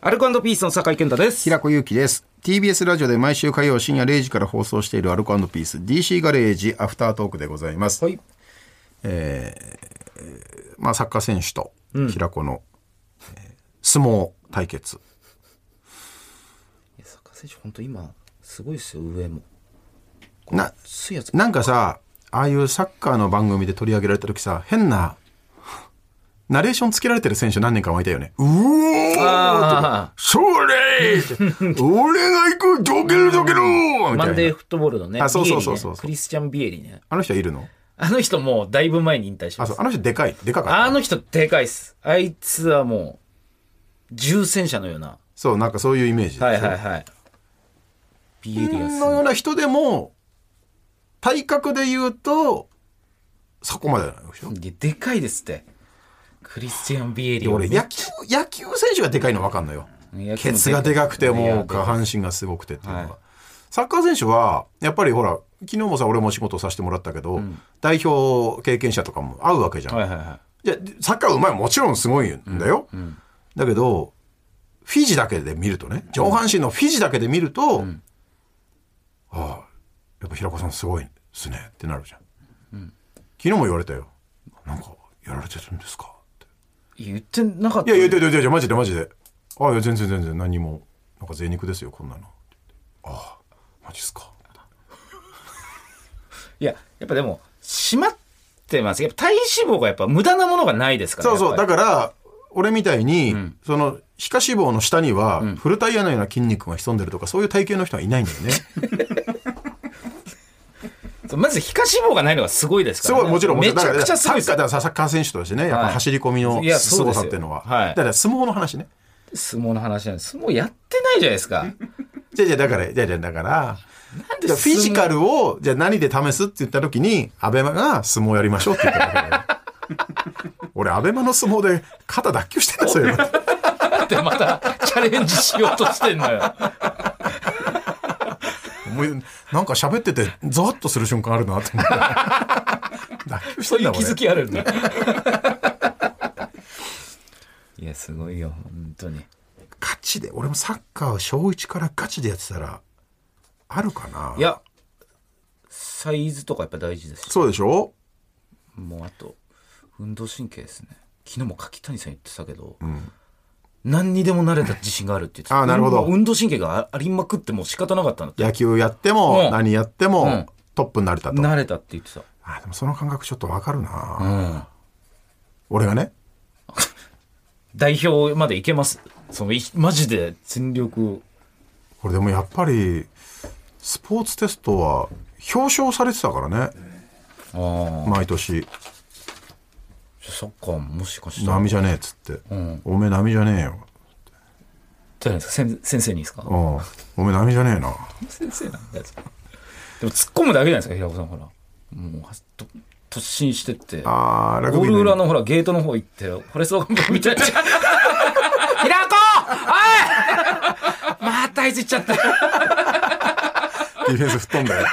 アルコピースの酒井健太です。平子祐希です TBS ラジオで毎週火曜深夜0時から放送しているアルコピース DC ガレージアフタートークでございます、はい。まあ、サッカー選手と平子の、えー相撲対決サッカー選手、本当今、すごいですよ、上も。なついやつ。なんかさああいうサッカーの番組で取り上げられた時さ変なナレーションつけられてる選手何年かもいたよね。うおーあそれ 俺が行くどけるどけるあ、みマンたデいーなフットボールのね、あそうそうそうビエリねそうそうクリスチャン・ビエリね。あの人いるのあの人もう、だいぶ前に引退しあ、まそうす。。あの人でかい。でかかった。あの人、でかいっす。あいつはもう、重戦車のような。そう、なんかそういうイメージ。はいはいはい。ビエリがすのような人でも、体格で言うと、そこまでなんでしょいやでかいですって。クリスチャン・ビエリで俺、野球、野球選手がでかいの分かんのよ野。球ケもツがでかくて、いやもでうかい下半身がすごくてっていうのはいが。サッカー選手は、やっぱりほら、昨日もさ、俺も仕事させてもらったけど、代表経験者とかも会うわけじゃん。はいはいはい。いや、サッカーうまいもちろんすごいんだよ。だけど、フィジだけで見るとね、上半身のフィジだけで見ると、ああ、やっぱ平子さんすごいですねってなるじゃん。昨日も言われたよ。なんか、やられてるんですかって。言ってなかっいた。やいやいやいやいや、マジでマジで。ああ、いや、全然全然何も、なんか贅肉ですよ、こんなの。ああ、マジっすか。いや、やっぱでも、締まってます。やっぱ体脂肪がやっぱ無駄なものがないですから。そうそう。やっだぱから、俺みたいに、その、皮下脂肪の下には、フルタイヤのような筋肉が潜んでるとか、そういう体型の人はいないんだ よね。りそうまず皮下脂肪がないのがすごいですかすら、ね。ごい、もちろん、もめろんちゃくちゃすごいだでからサッカーだからサッカー選手としてね、やっはぱい走り込みのいやそう凄ですよさっていうのは。はいだから相撲の話ね。す。相撲の話なんです。相撲やってないじゃないですか。じゃあじゃあだから、じゃあじゃあだから、でじゃあフィジカルを、じゃあ何で試すって言った時に、アベマが相撲やりましょうって言ったわ けだよ俺、アベマの相撲で肩脱臼してんだ、それ。だってま たチャレンジしようとしてんのよ。思いなんか喋ってて、ゾワッとする瞬間あるなって 思って。脱臼しそてうんいだうも気んづきあるんだ。いや、すごいよ。本当に。ガチで、俺もサッカーを小1からガチでやってたら、あるかないや、サイズとかやっぱ大事ですよそうでしょもうあと、運動神経ですね。昨日も柿谷さん言ってたけど、何にでも慣れた自信があるって言ってた。あーなるほどもう運動神経があありまくってもう仕方なかったんだって。野球やっても、うん何やっても、うんトップになれたと。慣れたって言ってた。あでもその感覚ちょっとわかるな、うん。俺がね、代表までいけます。その、いマジで全力これでもやっぱり、スポーツテストは表彰されてたからね、を。ああ。毎年。サッカーももしかしたら。波じゃねえっつって。んおめえ波じゃねえよ。誰ですか先先生にですかうん。おめえ波じゃねえな。先生なんだよ。でも突っ込むだけじゃないですか、平子さんほら。もうはと、突進してって。あー、ラグゴビーール裏の。のほら、ゲートの方行って、フォレストガンプみたいな。平子おいまたあいつ行っちゃった。ディフェンス吹っ飛ん だよ。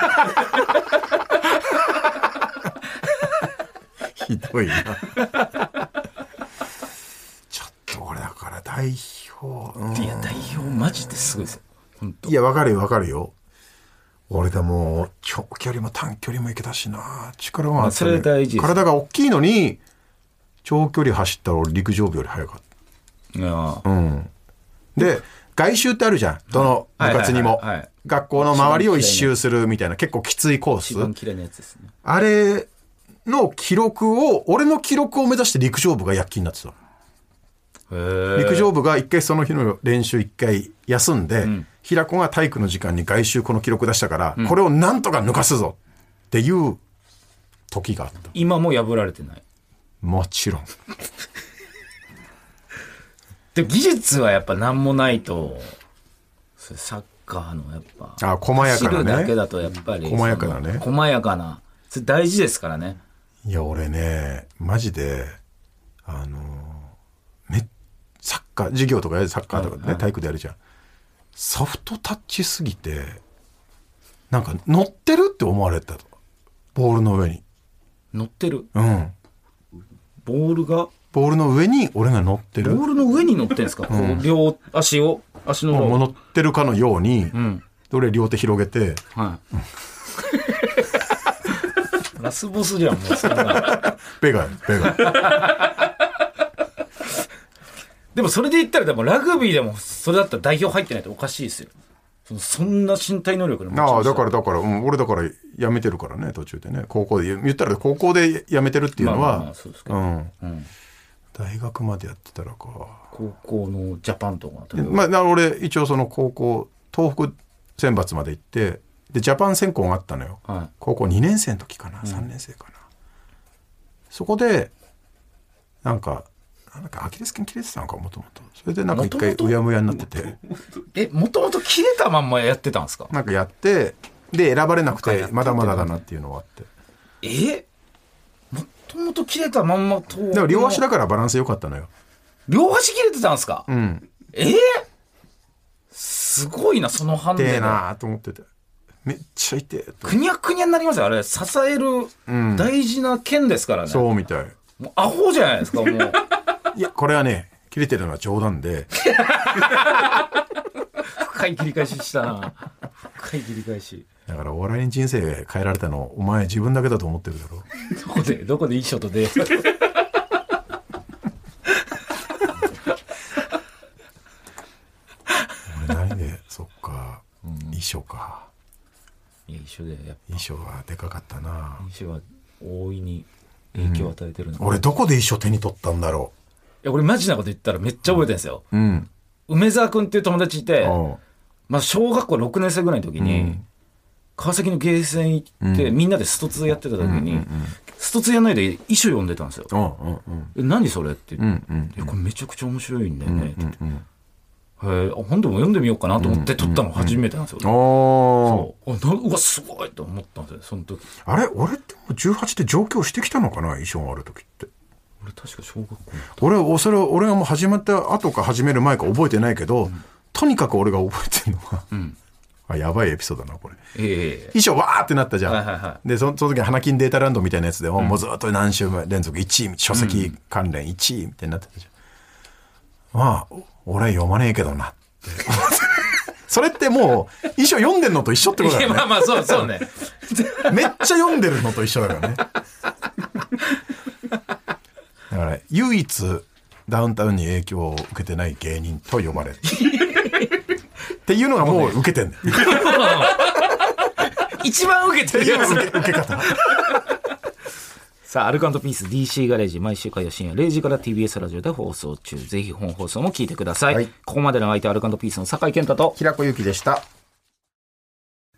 ひどいな。ちょっと俺だから代表。うんいや、代表マジですごいですよ。本当いや、わかるよ、わかるよ。俺だもう、長距離も短距離もいけたしな。力はあったねまあそれ大事です体が大きいのに、長距離走ったら俺陸上部より速かっいやた。うん。で、外周ってあるじゃん。どの部活にはもいはいはいはい。学校の周りを一周するみたいな、結構きついコ一番ース。嫌いなやつですね。あれの記録を、俺の記録を目指して陸上部が躍起になってたの。陸陸上部が一回その日の練習一回休んで、平子が体育の時間に外周この記録出したから、これをなんとか抜かすぞっていう時があった。今も破られてない。もちろん。で、技術はやっぱ何もないと、それサッカーのやっぱ。あ細やかなね走るだけだとやっぱり。細やかなねその細やかな。それ大事ですからね。いや、俺ね、マジで、あのー、め、サッカー、授業とかやるサッカーとかね、体育でやるじゃん。ソフトタッチすぎて、なんか乗ってるって思われたと。ボールの上に。乗ってる。うん。ボールがボールの上に俺が乗ってるボールの上に乗ってんですか、こう両足を、足のもう方。乗ってるかのように、で俺両手広げてはい。 ラスボスじゃん、もうそんな。ベガよベ ガでもそれで言ったら、でもラグビーでもそれだったら代表入ってないとおかしいですよ。そのそんな身体能力の持ち主ああだからだから、うん俺だからやめてるからね途中でね高校で言ったら高校でやめてるっていうまのあまあまはあそうですけどうんうん大学までやってたらか高校のジャパンとかでまあな俺一応その高校東北選抜まで行ってでジャパン選考があったのよ、はい高校2年生の時かな3年生かな、そこでなんかなんかアキレス腱切れてたのかもともとそれでなんか一回元々うやむやになっててえ、もともと切れたまんまやってたんですかなんかやってで選ばれななくんかやてってまだまだだなっていうのはあってえもともと切れたまんまと。でも両足だからバランス良かったのよ両足切れてたんですか、うんえーすごいな、その判痛定えが。なーと思っててめっちゃ痛えとくにゃくにゃになりますよ、あれ。支えるん大事な剣ですからね。そうみたいもうアホじゃないですか、も う。いやこれはね切れてるのは冗談で深い切り返ししたな。深い切り返し。だからお笑いに人生変えられたのお前自分だけだと思ってるだろどこで、どこで衣装と 出会った俺何で そっか衣装かいや一緒で、やっぱ衣装はでかかったな衣装は大いに影響を与えてるな。い俺どこで衣装手に取ったんだろや、俺マジなこと言ったらめっちゃ覚えてるんですよ。ううん梅沢くんっていう友達いて、おまあ、小学校6年生ぐらいの時に、川崎のゲーセン行って、みんなでストツーやってた時に、ストツーやんないで遺書読んでたんですよ。うんうんうんえ何それって言って、うんうんいやこれめちゃくちゃ面白いんだよねって言って、へえあ本でも読んでみようかなと思って撮ったの初めてなんですよ。おそうあなうわ、すごいと思ったんですよ、その時。あれ俺ってもう18で上京してきたのかな衣装がある時って俺確か小学校俺おそれを俺がもう始まった後か始める前か覚えてないけど、とにかく俺が覚えてるのは、 あやばいエピソードだなこれええ衣装わーってなったじゃん、はいはいはでそその時は花金データランドみたいなやつで、もうずっと何週連続1位書籍関連1位みたいになってたじゃん、まあ俺読まねえけどなって それってもう衣装読んでるのと一緒ってこといだや、よまねあまあ、 そう、そう ね。めっちゃ読んでるのと一緒だからねだから唯一ダウンタウンに影響を受けてない芸人と呼ば れるっていうのがもう受けてんだよ一番受け てるやつ。受け方 さあ、アルカントピース DC ガレージ、毎週火曜深夜0時から TBS ラジオで放送中。ぜひ本放送も聞いてください。はいここまでの相手、アルカントピースの酒井健太と、平子由紀でした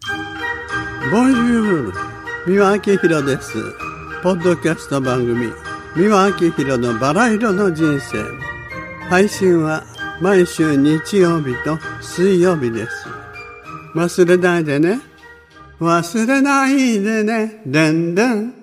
ボンジュール三輪明宏ですポッドキャスト番組三輪明宏のバラ色の人生配信は毎週日曜日と水曜日です忘れないでね忘れないでねでんでん